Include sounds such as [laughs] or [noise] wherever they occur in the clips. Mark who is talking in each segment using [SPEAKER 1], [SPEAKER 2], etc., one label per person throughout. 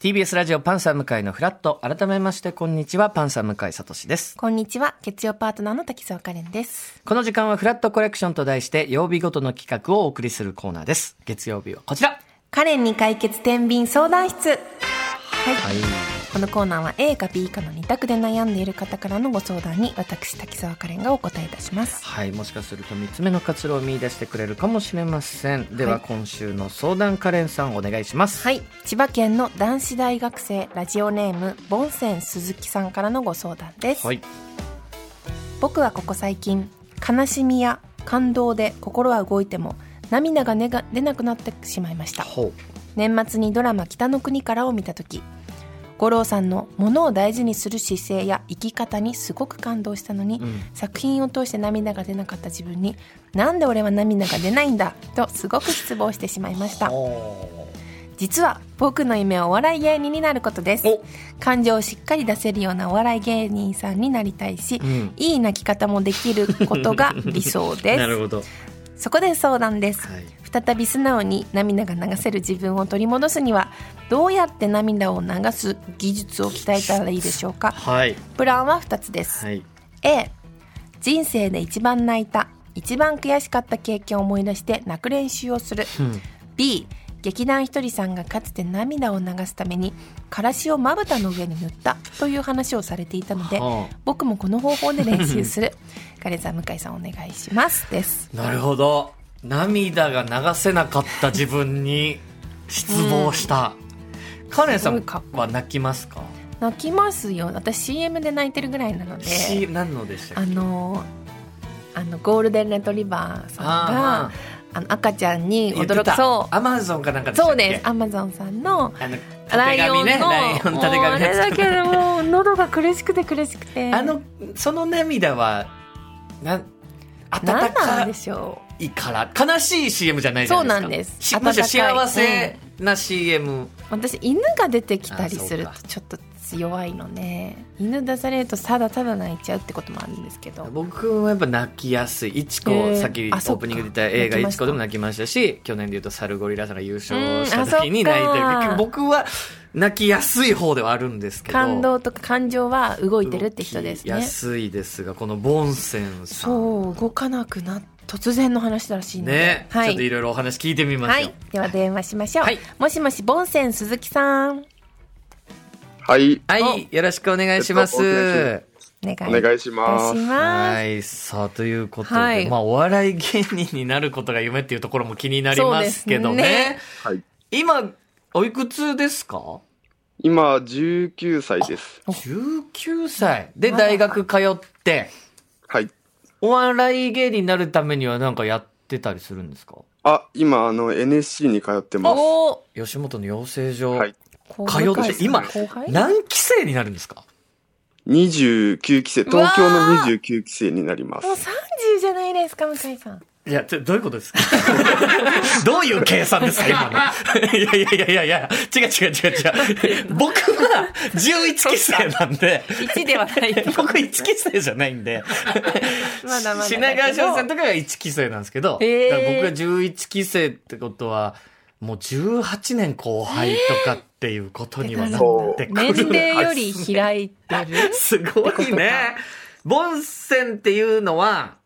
[SPEAKER 1] TBS ラジオパンサー向井のフラット改めましてこんにちはパンサー向井聡です
[SPEAKER 2] こんにちは月曜パートナーの滝沢カレンです
[SPEAKER 1] この時間はフラットコレクションと題して曜日ごとの企画をお送りするコーナーです月曜日はこちら
[SPEAKER 2] カレンに解決天秤相談室はい、
[SPEAKER 1] はい
[SPEAKER 2] このコーナーは A か B かの2択で悩んでいる方からのご相談に私滝沢カレンがお答えいたします
[SPEAKER 1] はいもしかすると3つ目の活路を見出してくれるかもしれませんでは、
[SPEAKER 2] はい
[SPEAKER 1] 今週の相談カレンさんお願いします
[SPEAKER 2] はい千葉県の男子大学生ラジオネームボンセン鈴木さんからのご相談です、
[SPEAKER 1] はい
[SPEAKER 2] 僕はここ最近悲しみや感動で心は動いても涙がねが出なくなってしまいました
[SPEAKER 1] ほ
[SPEAKER 2] 年末にドラマ「北の国から」を見た時五郎さんのものを大事にする姿勢や生き方にすごく感動したのに、
[SPEAKER 1] う、うん、
[SPEAKER 2] 作品を通して涙が出なかった自分に「なんで俺は涙が出ないんだ」とすごく失望してしまいました
[SPEAKER 1] ほう
[SPEAKER 2] 実は僕の夢はお笑い芸人になることです
[SPEAKER 1] お
[SPEAKER 2] 感情をしっかり出せるようなお笑い芸人さんになりたいし、
[SPEAKER 1] うん
[SPEAKER 2] いい泣き方もできることが理想で
[SPEAKER 1] [laughs] なる
[SPEAKER 2] す
[SPEAKER 1] ほど、は
[SPEAKER 2] そこで相談です
[SPEAKER 1] い、
[SPEAKER 2] 再び素直に涙が流せる自分を取り戻すにはどうやって涙を流す技術を鍛えたらいいでしょうか
[SPEAKER 1] はい
[SPEAKER 2] プランは2つです、
[SPEAKER 1] はい
[SPEAKER 2] A 人生で一番泣いた一番悔しかった経験を思い出して泣く練習をする
[SPEAKER 1] うん
[SPEAKER 2] B 劇団ひとりさんがかつて涙を流すためにからしをまぶたの上に塗ったという話をされていたので
[SPEAKER 1] はあ
[SPEAKER 2] 僕もこの方法で練習するカレンさん向井さんお願いしますです
[SPEAKER 1] なるほど涙が流せなかった自分に失望した、カレンさ
[SPEAKER 2] す
[SPEAKER 1] ん
[SPEAKER 2] ごいかっこ
[SPEAKER 1] は泣きますか
[SPEAKER 2] 泣きますよ私 CM で泣いてるぐらいなので
[SPEAKER 1] C 何のでした
[SPEAKER 2] あ
[SPEAKER 1] っけ
[SPEAKER 2] のあのゴールデンレトリバーさんがあ
[SPEAKER 1] あ
[SPEAKER 2] の赤ちゃんに
[SPEAKER 1] 言って
[SPEAKER 2] 驚く
[SPEAKER 1] た
[SPEAKER 2] そう
[SPEAKER 1] アマゾンかなんかでしたっ
[SPEAKER 2] そ
[SPEAKER 1] け
[SPEAKER 2] うですアマゾンさんの
[SPEAKER 1] あの
[SPEAKER 2] ラ
[SPEAKER 1] 縦
[SPEAKER 2] イオ
[SPEAKER 1] 紙
[SPEAKER 2] ンの、
[SPEAKER 1] ねライオン
[SPEAKER 2] もう
[SPEAKER 1] 縦紙
[SPEAKER 2] あれだけ
[SPEAKER 1] の
[SPEAKER 2] で
[SPEAKER 1] や
[SPEAKER 2] もう喉が苦しくて苦しくて
[SPEAKER 1] つあのその涙はなん
[SPEAKER 2] 何
[SPEAKER 1] 温
[SPEAKER 2] なん
[SPEAKER 1] か
[SPEAKER 2] でしょ
[SPEAKER 1] いから悲しい CM じゃないじゃないですか
[SPEAKER 2] そうなんです
[SPEAKER 1] しむしろ
[SPEAKER 2] 温かい
[SPEAKER 1] 幸せな CM、
[SPEAKER 2] う私犬が出てきたりする
[SPEAKER 1] あそ
[SPEAKER 2] とちょっと弱いので犬出されるとただただ泣いちゃうってこともあるんですけど
[SPEAKER 1] 僕はやっぱ泣きやすい一子、
[SPEAKER 2] へー
[SPEAKER 1] さっきオ
[SPEAKER 2] あそ
[SPEAKER 1] ー
[SPEAKER 2] っか
[SPEAKER 1] プニングで言った映画「
[SPEAKER 2] 泣きま
[SPEAKER 1] 一
[SPEAKER 2] した
[SPEAKER 1] 子」でも泣きましたし去年で言うとサルゴリラさんが優
[SPEAKER 2] う
[SPEAKER 1] 勝
[SPEAKER 2] ん
[SPEAKER 1] した時に
[SPEAKER 2] あ
[SPEAKER 1] 泣
[SPEAKER 2] そっ
[SPEAKER 1] い
[SPEAKER 2] か
[SPEAKER 1] てる結局僕は泣きやすい方ではあるんですけど
[SPEAKER 2] 感動とか感情は動いてるって人です
[SPEAKER 1] 動き
[SPEAKER 2] ね
[SPEAKER 1] やすいですがこのボンセンさん
[SPEAKER 2] そう動かなくなっ突然の話だらしいので
[SPEAKER 1] ね、
[SPEAKER 2] は
[SPEAKER 1] ちょっとい
[SPEAKER 2] い
[SPEAKER 1] ろいろお話聞いてみま
[SPEAKER 2] は
[SPEAKER 1] しょう
[SPEAKER 2] い、では電話しましょう、
[SPEAKER 1] はい
[SPEAKER 2] もしもしボンセン鈴木さん
[SPEAKER 3] はい、
[SPEAKER 1] はい、よろしくお願いします、
[SPEAKER 3] え
[SPEAKER 2] お願いいた
[SPEAKER 3] お
[SPEAKER 2] します
[SPEAKER 3] 願いします。
[SPEAKER 1] はいさあということで、
[SPEAKER 2] はい
[SPEAKER 1] まあお笑い芸人になることが夢っていうところも気になりますけどね
[SPEAKER 2] そうですね
[SPEAKER 3] はい、
[SPEAKER 1] 今おいくつですか
[SPEAKER 3] 今19歳です。
[SPEAKER 2] お
[SPEAKER 1] 19歳で
[SPEAKER 2] まだ
[SPEAKER 1] 大学通って
[SPEAKER 3] はい。
[SPEAKER 1] お笑い芸人になるためにはなんかやってたりするんですか
[SPEAKER 3] あ、今あの NSC に通ってます。
[SPEAKER 2] おー
[SPEAKER 1] 吉本の養成所、
[SPEAKER 3] はい。
[SPEAKER 2] こう
[SPEAKER 1] 通って
[SPEAKER 2] 向井さん
[SPEAKER 1] 今
[SPEAKER 2] 後輩
[SPEAKER 1] 何期生になるんですか
[SPEAKER 3] 29期生、
[SPEAKER 2] うわー
[SPEAKER 3] 東京の29期生になりま
[SPEAKER 2] もう
[SPEAKER 3] す。
[SPEAKER 2] 三十じゃないですか向井さん。
[SPEAKER 1] いや、ちょどういうことです [laughs] かどういう計算ですか今の。 [laughs] いやいやいやいやいや、違う違う違う違う。僕は11期生なんで、
[SPEAKER 2] 一で
[SPEAKER 1] [laughs]
[SPEAKER 2] はないけど。
[SPEAKER 1] 僕1期生じゃないんで、
[SPEAKER 2] まだまだだけど。
[SPEAKER 1] 品川翔さんとかが1期生なんですけど、
[SPEAKER 2] へー
[SPEAKER 1] だから僕が11期生ってことは、もう18年後輩とかっていうことにはなってくるんです
[SPEAKER 2] 年
[SPEAKER 1] ね、
[SPEAKER 2] 齢より開いてる。
[SPEAKER 1] すごいね。ボンセンっていうのは、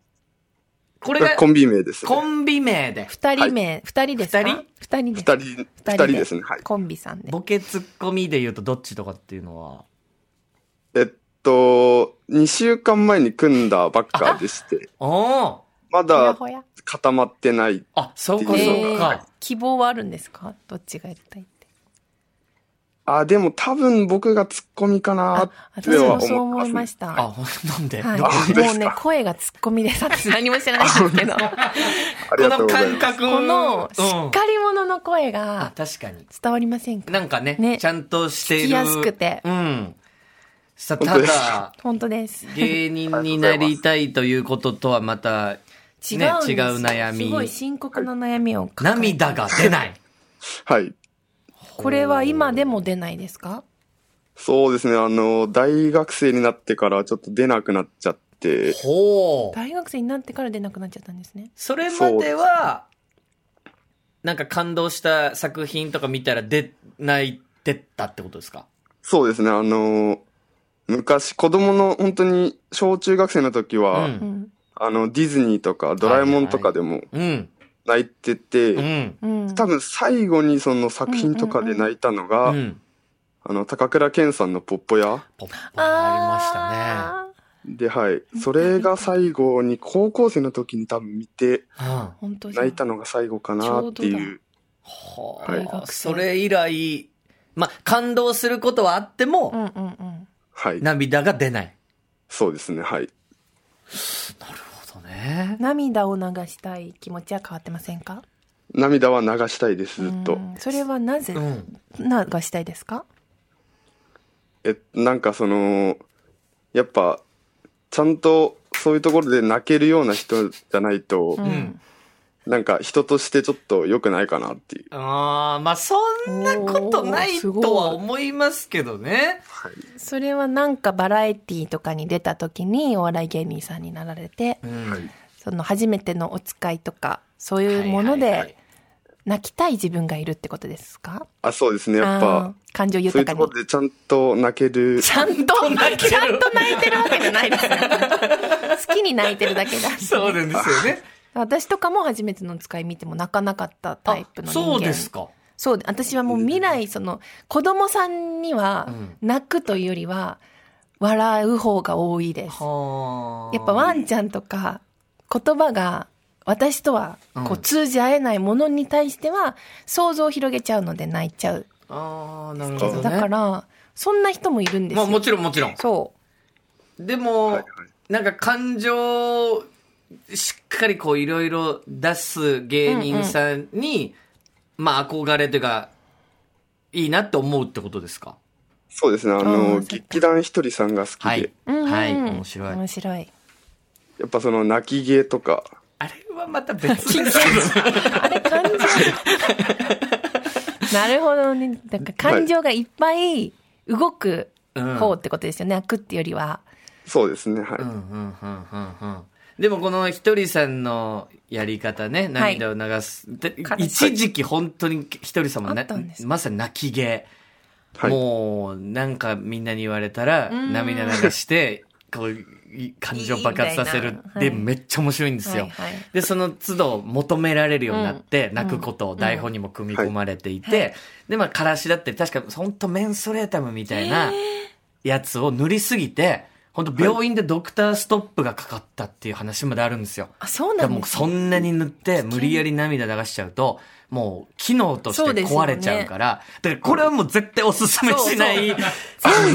[SPEAKER 1] これが
[SPEAKER 3] コンビ名です、ね。
[SPEAKER 1] コンビ名で、
[SPEAKER 2] 二人目、二人ですか。
[SPEAKER 1] 二人
[SPEAKER 2] 二人です。
[SPEAKER 3] 二人、二人ですね。はい。
[SPEAKER 2] コンビさんで。
[SPEAKER 1] ボケツッコミで言うとどっちとかっていうのは。
[SPEAKER 3] えっと、2週間前に組んだばっかでして、
[SPEAKER 1] おー
[SPEAKER 2] ほや
[SPEAKER 3] まだ
[SPEAKER 2] ほや。
[SPEAKER 3] 固まってない。
[SPEAKER 1] あ、そうか
[SPEAKER 3] えー
[SPEAKER 1] そうか。
[SPEAKER 2] 希望はあるんですか。どっちがやりたいって。
[SPEAKER 3] あ、でも多分僕がツッコミかな
[SPEAKER 2] あ、
[SPEAKER 3] って
[SPEAKER 2] 私
[SPEAKER 3] は
[SPEAKER 2] もそう
[SPEAKER 3] 思
[SPEAKER 2] 思い
[SPEAKER 3] って
[SPEAKER 2] ま
[SPEAKER 3] ます、
[SPEAKER 2] した。
[SPEAKER 1] あ、ほんなんで。
[SPEAKER 2] はい。
[SPEAKER 1] どこ
[SPEAKER 3] 本当で
[SPEAKER 2] もう
[SPEAKER 3] すか
[SPEAKER 2] ね、声がツッコミでさ、私何も知らないんですけど、
[SPEAKER 3] あり
[SPEAKER 1] こ
[SPEAKER 3] がと
[SPEAKER 1] の
[SPEAKER 3] うござい
[SPEAKER 1] 感
[SPEAKER 3] ます。
[SPEAKER 1] 覚
[SPEAKER 2] この、し
[SPEAKER 1] うん
[SPEAKER 2] っかり者の声
[SPEAKER 1] あ
[SPEAKER 2] が
[SPEAKER 1] 確かに。
[SPEAKER 2] 伝わりませんか
[SPEAKER 1] なんかね
[SPEAKER 2] ね
[SPEAKER 1] ちゃんとしている。
[SPEAKER 2] 聞きやすくて
[SPEAKER 1] うん。さ
[SPEAKER 3] 本
[SPEAKER 1] た
[SPEAKER 3] 当です
[SPEAKER 1] だ、
[SPEAKER 2] 本当です。
[SPEAKER 1] 芸人になりたいということとはまた、
[SPEAKER 2] 違うん
[SPEAKER 1] ね
[SPEAKER 2] です
[SPEAKER 1] 違う悩み
[SPEAKER 2] すごい深刻な悩みを抱えて
[SPEAKER 1] 涙が出ない。
[SPEAKER 3] はい。
[SPEAKER 2] [laughs] これは今でも出ないですか
[SPEAKER 3] そうですね。あの、大学生になってからちょっと出なくなっちゃって、
[SPEAKER 1] ほう。
[SPEAKER 2] 大学生になってから出なくなっちゃったんですね
[SPEAKER 1] それまでは、なんか感動した作品とか見たら出ないってったってことですか
[SPEAKER 3] そうですね、あの、昔、子供の本当に小中学生の時は、
[SPEAKER 1] うん
[SPEAKER 2] うん
[SPEAKER 3] あの、ディズニーとかドラえもんとかでも
[SPEAKER 1] うん。
[SPEAKER 3] 泣いてて、
[SPEAKER 1] うん。
[SPEAKER 2] うん
[SPEAKER 3] 多分最後にその作品とかで泣いたのが、
[SPEAKER 1] うん。
[SPEAKER 3] あの、高倉健さんのポッポ屋
[SPEAKER 1] ポップあ
[SPEAKER 2] あー
[SPEAKER 3] で、はい。それが最後に、高校生の時に多分見て、
[SPEAKER 1] りましたね。うん。
[SPEAKER 2] 本当じゃん
[SPEAKER 3] 泣いたのが最後かなっていう。
[SPEAKER 1] は
[SPEAKER 3] はい
[SPEAKER 2] 大
[SPEAKER 1] あ、
[SPEAKER 2] 学生
[SPEAKER 1] それ以来、まあ、感動することはあって
[SPEAKER 2] う
[SPEAKER 1] も、
[SPEAKER 2] んうんうん
[SPEAKER 3] はい。
[SPEAKER 1] 涙が出ない。
[SPEAKER 3] そうですね、はい。
[SPEAKER 1] なるほどね。
[SPEAKER 2] 涙を流したい気持ちは変わってませんか
[SPEAKER 3] 涙は流したいです、ずっ
[SPEAKER 2] う
[SPEAKER 3] と。
[SPEAKER 2] んそれはなぜ
[SPEAKER 1] うん。
[SPEAKER 2] 流したいですか
[SPEAKER 3] え、なんかその、やっぱ、ちゃんとそういうところで泣けるような人じゃないと、
[SPEAKER 1] ん
[SPEAKER 3] なんか人としてちょっと良くないかなっていう。
[SPEAKER 1] ああ、まあ、そんなことないとは思いますけどね。
[SPEAKER 2] それはなんかバラエティとかに出た時にお笑い芸人さんになられて
[SPEAKER 1] うん。
[SPEAKER 2] その初めてのお使いとかそう
[SPEAKER 1] と
[SPEAKER 2] いうもので泣きたい自分がいるってことですか
[SPEAKER 3] あ、そうですね、やっぱ、
[SPEAKER 2] あー感情
[SPEAKER 3] そういう
[SPEAKER 2] 豊
[SPEAKER 3] と
[SPEAKER 2] か
[SPEAKER 3] こ
[SPEAKER 2] に
[SPEAKER 3] ろでちゃんと泣ける。
[SPEAKER 2] ちゃんと
[SPEAKER 1] 泣いてる
[SPEAKER 2] ちゃんと泣いてるわけじゃないですね好きに泣いてるだけだし
[SPEAKER 1] そうなんですよね。
[SPEAKER 2] 私とかも初めてのお使い見ても泣かなかった [laughs] タイプの人間
[SPEAKER 1] そうですか。
[SPEAKER 2] そうで私はもう未来その子供さんには
[SPEAKER 1] うん
[SPEAKER 2] 泣くというよりは笑う方が多いです、
[SPEAKER 1] はあ
[SPEAKER 2] やっぱワンちゃんとか言葉が私とはこ
[SPEAKER 1] う
[SPEAKER 2] うん通じ合えないものに対しては想像を広げちゃうので泣いちゃう
[SPEAKER 1] ああ、なるほ
[SPEAKER 2] け
[SPEAKER 1] ど、
[SPEAKER 2] ど、
[SPEAKER 1] ね。
[SPEAKER 2] だからそんな人もいるんです
[SPEAKER 1] まあ、
[SPEAKER 2] よ、
[SPEAKER 1] もちろんもちろん。
[SPEAKER 2] そ
[SPEAKER 1] でも、
[SPEAKER 3] はいはい
[SPEAKER 1] なんか感情をしっかりこういろいろ出す芸人さんに、まあ憧れというか、いいなって思うってことですか
[SPEAKER 3] そうですね、あ
[SPEAKER 2] あーそ
[SPEAKER 3] の、
[SPEAKER 2] っか
[SPEAKER 3] 劇団ひとりさんが好きで、
[SPEAKER 1] はい。
[SPEAKER 2] う、うんうん
[SPEAKER 1] はい。面白い。
[SPEAKER 2] 面白い
[SPEAKER 3] やっぱその泣き芸とか、
[SPEAKER 1] あれはまた別
[SPEAKER 2] [laughs]
[SPEAKER 1] ですけどね。
[SPEAKER 2] あれ感情なるほどねだから感情がいっぱい動く
[SPEAKER 1] うん
[SPEAKER 2] 方ってことですよね、泣くってよりは
[SPEAKER 3] そうですね、はい。
[SPEAKER 1] うんうんうんうんうん。でもこのひとりさんのやり方ね、涙を流す。で
[SPEAKER 2] 悲しい
[SPEAKER 1] 一時期本当にひとりさんも
[SPEAKER 2] あ
[SPEAKER 1] な
[SPEAKER 2] ったんです
[SPEAKER 1] まさに泣き芸。
[SPEAKER 3] はい
[SPEAKER 1] もう、なんかみんなに言われたら、
[SPEAKER 2] ん
[SPEAKER 1] 涙流して、こう、い感情爆発させ
[SPEAKER 2] いい
[SPEAKER 1] る
[SPEAKER 2] みたい。な
[SPEAKER 1] で、
[SPEAKER 2] はい
[SPEAKER 1] めっちゃ面白いんですよ。
[SPEAKER 2] はいはい
[SPEAKER 1] で、その都度求められるようになって、
[SPEAKER 2] うん
[SPEAKER 1] 泣くことを台本にも組み込まれていて、で、まあ、からしだって、確か、ほんとメンソレータムみたいなやつを塗りすぎて、ほんと病院でドクターストップがかかったっていう話まであるんですよ。
[SPEAKER 2] あそう
[SPEAKER 1] だか
[SPEAKER 2] な
[SPEAKER 1] ら
[SPEAKER 2] ん
[SPEAKER 1] も
[SPEAKER 2] で
[SPEAKER 1] う
[SPEAKER 2] す
[SPEAKER 1] そんなに塗って無理やり涙流しちゃうと、もう機能として壊れちゃうから、だからこれはもう絶対おすすめしない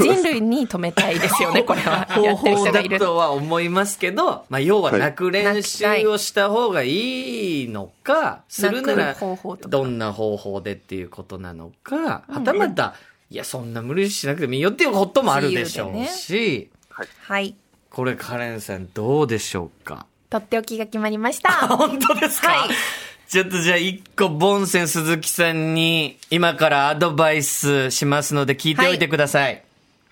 [SPEAKER 2] 全人類に止めたいですよねこれは
[SPEAKER 1] 方
[SPEAKER 2] やってる
[SPEAKER 1] 法
[SPEAKER 2] 人が
[SPEAKER 1] だ
[SPEAKER 2] いる
[SPEAKER 1] とは思いますけど、まあ要は泣く練習をした方がいいのか、するなら
[SPEAKER 2] 泣く方法とか
[SPEAKER 1] どんな方法でっていうことなのか、はたまた、いやそんな無理しなくてもいいよっていうこともあるでしょうし、
[SPEAKER 2] はい
[SPEAKER 1] これカレンさんどうでしょうか
[SPEAKER 2] とっておきが決まりまし
[SPEAKER 1] あ
[SPEAKER 2] た
[SPEAKER 1] 本当ですか、
[SPEAKER 2] はい
[SPEAKER 1] ちょっとじゃあ一個、ボンセン鈴木さんに今からアドバイスしますので聞いておいてください。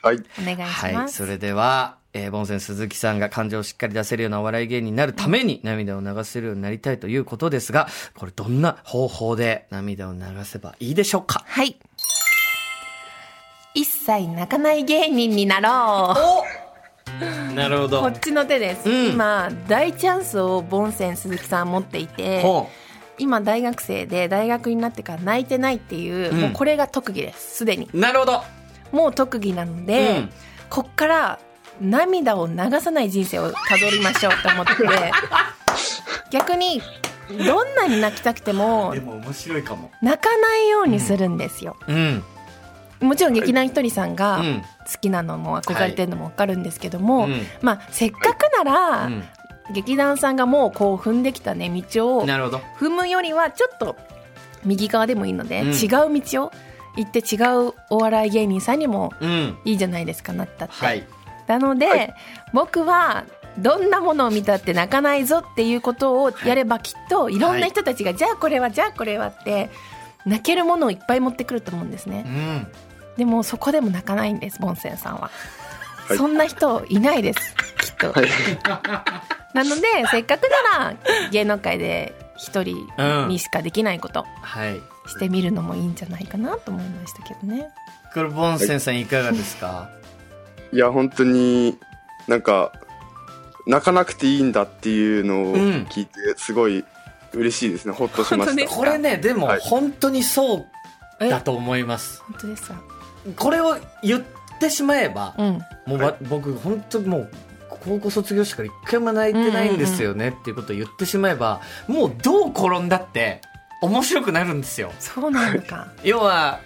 [SPEAKER 3] はい。
[SPEAKER 2] お願いし
[SPEAKER 1] はい。
[SPEAKER 2] ます、
[SPEAKER 1] それでは、えー、ボンセン鈴木さんが感情をしっかり出せるようなお笑い芸人になるために涙を流せるようになりたいということですが、これどんな方法で涙を流せばいいでしょうか
[SPEAKER 2] はい。一切泣かない芸人になろ
[SPEAKER 1] なるほ
[SPEAKER 2] う。
[SPEAKER 1] ど
[SPEAKER 2] こっちの手です。
[SPEAKER 1] うん
[SPEAKER 2] 今、大チャンスをボンセン鈴木さん持っていて、
[SPEAKER 1] ほ
[SPEAKER 2] 今大学生で大学になってから泣いてないっていう、
[SPEAKER 1] うん
[SPEAKER 2] もうこれが特技です。すでに。
[SPEAKER 1] う。なるほど。
[SPEAKER 2] もう特技なので、
[SPEAKER 1] うん
[SPEAKER 2] こっから涙を流さない人生をたどりましょうと思
[SPEAKER 1] [laughs]
[SPEAKER 2] って、逆に、どんなに泣きたくても、
[SPEAKER 1] も面白いかも。
[SPEAKER 2] 泣かないようにするんですよ。
[SPEAKER 1] うん。
[SPEAKER 2] もちろん劇団ひとりさんが、
[SPEAKER 1] うん。
[SPEAKER 2] 好きなのも憧れてるのもわかるんですけども、
[SPEAKER 1] うん
[SPEAKER 2] まあせっかくなら、
[SPEAKER 1] う
[SPEAKER 2] 劇団さんがもうこう踏んできたね道を
[SPEAKER 1] ん。なるほど。
[SPEAKER 2] 踏むよりはちょっと右側でもいいので、
[SPEAKER 1] うん
[SPEAKER 2] 違う道を行って違うお笑い芸人さんにも
[SPEAKER 1] うん。
[SPEAKER 2] いいじゃないですかなったって、
[SPEAKER 1] はい。
[SPEAKER 2] なので、
[SPEAKER 3] はい
[SPEAKER 2] 僕はどんなものを見たって泣かないぞっていうことをやればきっといろんな人たちが、じゃあこれはじゃあこれはって泣けるものをいっぱい持ってくると思うんですね
[SPEAKER 1] う。ん。
[SPEAKER 2] でもそこでも泣かないんですボンセンさんは、
[SPEAKER 3] はい
[SPEAKER 2] そんな人いないですきっと、
[SPEAKER 3] はい。
[SPEAKER 2] [laughs] なのでせっかくなら芸能界で一人にしかできないこと
[SPEAKER 1] はい。
[SPEAKER 2] してみるのもいいんじゃないかなと思いましたけどね。
[SPEAKER 1] これボンセンさんいかがですか、
[SPEAKER 3] いや本当になんか泣かなくていいんだっていうのを
[SPEAKER 1] うん
[SPEAKER 3] 聞いてすごい嬉しいですね、ほっとし
[SPEAKER 2] 本
[SPEAKER 3] ま
[SPEAKER 2] 当
[SPEAKER 3] し
[SPEAKER 2] で
[SPEAKER 3] た
[SPEAKER 2] す
[SPEAKER 1] これねでも
[SPEAKER 3] はい
[SPEAKER 1] 本当にそう
[SPEAKER 2] え
[SPEAKER 1] だと思います
[SPEAKER 2] 本当ですか。
[SPEAKER 1] これを言ってしまえば、
[SPEAKER 2] うん。
[SPEAKER 1] もうわ、僕本当もう高校卒業してから一回も泣いてないんですよねっていうことを言ってしまえば、もうどう転んだって面白くなるんですよ
[SPEAKER 2] そうなのか。
[SPEAKER 1] 要は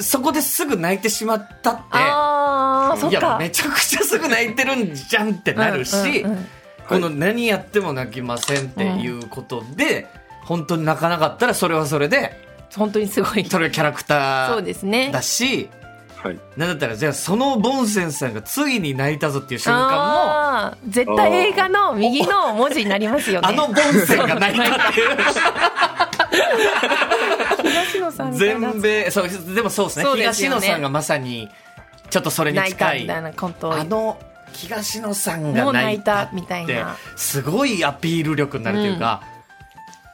[SPEAKER 1] そこですぐ泣いてしまったって
[SPEAKER 2] ああ、そっ
[SPEAKER 1] いや
[SPEAKER 2] か。
[SPEAKER 1] めちゃくちゃすぐ泣いてるんじゃんってなるし、
[SPEAKER 2] うんうんうん
[SPEAKER 1] この何やっても泣きませんっていうことで、本当に泣かなかったらそれはそれで
[SPEAKER 2] 本当にすごい。
[SPEAKER 1] それはキャラクタ
[SPEAKER 2] そう
[SPEAKER 1] ー
[SPEAKER 2] ですね。
[SPEAKER 1] だし、
[SPEAKER 3] はい
[SPEAKER 1] なんだったらじゃあそのボンセンさんがついに泣いたぞっていう瞬間も
[SPEAKER 2] あー絶対映画の右の文字になりますよね。
[SPEAKER 1] あのボンセンが泣いた
[SPEAKER 2] [laughs]
[SPEAKER 1] っていう
[SPEAKER 2] 東野さんみたいな
[SPEAKER 1] 全米そうでもそうですね
[SPEAKER 2] そうです
[SPEAKER 1] 東
[SPEAKER 2] よね
[SPEAKER 1] 野さんがまさにちょっとそれに
[SPEAKER 2] 泣いた
[SPEAKER 1] 近
[SPEAKER 2] み
[SPEAKER 1] い
[SPEAKER 2] たいなコントを
[SPEAKER 1] あの東野さん
[SPEAKER 2] も
[SPEAKER 1] が
[SPEAKER 2] う泣
[SPEAKER 1] 泣い
[SPEAKER 2] い
[SPEAKER 1] た
[SPEAKER 2] た
[SPEAKER 1] って
[SPEAKER 2] みたいな。
[SPEAKER 1] すごいアピール力になるというか、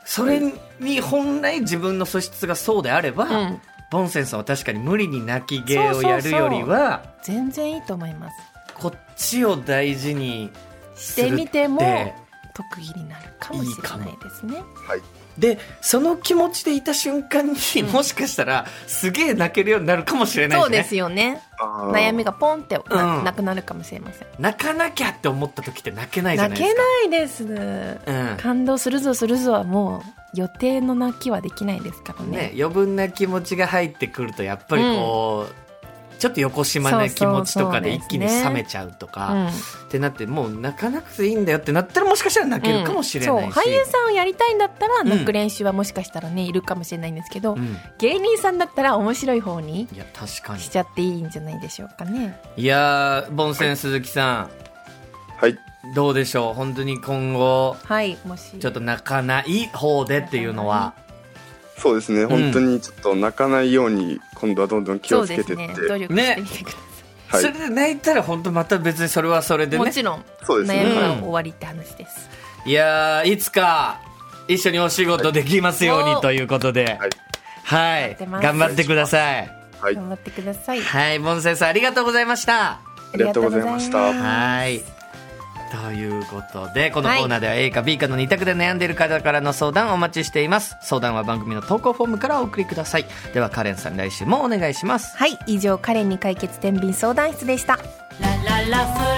[SPEAKER 1] それに本来自分の素質がそうであれば、
[SPEAKER 2] うん、
[SPEAKER 1] ボンセンさんは確かに無理に泣き芸をやるよりは
[SPEAKER 2] 全然いいと思います。
[SPEAKER 1] こっちを大事に
[SPEAKER 2] し
[SPEAKER 1] するってて
[SPEAKER 2] みても特技になるかもしれないですね。
[SPEAKER 1] でその気持ちでいた瞬間に、もしかしたらすげえ泣けるようになるかもしれない
[SPEAKER 2] そう
[SPEAKER 1] しね
[SPEAKER 2] ですよね。
[SPEAKER 3] あー
[SPEAKER 2] 悩みがポンってな,、
[SPEAKER 1] うん
[SPEAKER 2] くなるかもしれません。
[SPEAKER 1] 泣かなきゃって思った時って泣けないじゃ
[SPEAKER 2] 泣
[SPEAKER 1] ないで
[SPEAKER 2] け
[SPEAKER 1] すか
[SPEAKER 2] ないです。
[SPEAKER 1] うん
[SPEAKER 2] 感動するぞするぞはもう予定の泣きはできないですからね。
[SPEAKER 1] ね、余分な気持ちが入ってくるとやっぱりこう、ちょっと横島な気持ちとかで
[SPEAKER 2] そうそうそうで
[SPEAKER 1] 一
[SPEAKER 2] すね
[SPEAKER 1] 気に冷めちゃうとか
[SPEAKER 2] うん
[SPEAKER 1] ってなってもう泣かなくていいんだよってなったらもしかしたら泣けるかもしれないし、
[SPEAKER 2] うんそう俳優さんをやりたいんだったら泣く練習はもしかしたらね、いるかもしれないんですけど、
[SPEAKER 1] うん
[SPEAKER 2] 芸人さんだったら面白い方に
[SPEAKER 1] いや確かに
[SPEAKER 2] しちゃっていいんじゃないでしょうかね。
[SPEAKER 1] いやーボンセン鈴木さ
[SPEAKER 3] はい
[SPEAKER 1] んどうでしょう本当に今後
[SPEAKER 2] はい、もし
[SPEAKER 1] ちょっと泣かない方でっていうのは
[SPEAKER 3] そうですね本当にちょっと泣かないように今度はどんどん気
[SPEAKER 2] そう
[SPEAKER 3] をつけ
[SPEAKER 2] で
[SPEAKER 3] てっ
[SPEAKER 2] す
[SPEAKER 3] て、
[SPEAKER 2] ね。努力してみてくださ
[SPEAKER 3] はい
[SPEAKER 1] それで泣いたら本当また別にそれはそれ
[SPEAKER 2] い。
[SPEAKER 1] で
[SPEAKER 2] も
[SPEAKER 1] ね
[SPEAKER 2] ちろん
[SPEAKER 3] そうです
[SPEAKER 2] 悩み
[SPEAKER 3] ね
[SPEAKER 2] は終わりって話です。
[SPEAKER 1] いやーいつか一緒にお仕事できますよう
[SPEAKER 2] は
[SPEAKER 1] に
[SPEAKER 2] い
[SPEAKER 1] ということで
[SPEAKER 3] はい
[SPEAKER 1] はい
[SPEAKER 2] 待ってます
[SPEAKER 1] 頑張ってください
[SPEAKER 3] はい
[SPEAKER 2] 頑張ってください。
[SPEAKER 1] はい、ボンセンさんありがとうございました。
[SPEAKER 3] ありがとうございました
[SPEAKER 2] ありがとうございます
[SPEAKER 1] はい。ということで、このコーナーでは A か B かの2択で悩んでいる方からの相談お待ちしています。相談は番組の投稿フォームからお送りください。では、カレンさん来週もお願いします。
[SPEAKER 2] はい、以上カレンに解決天秤相談室でした。
[SPEAKER 4] La la la feu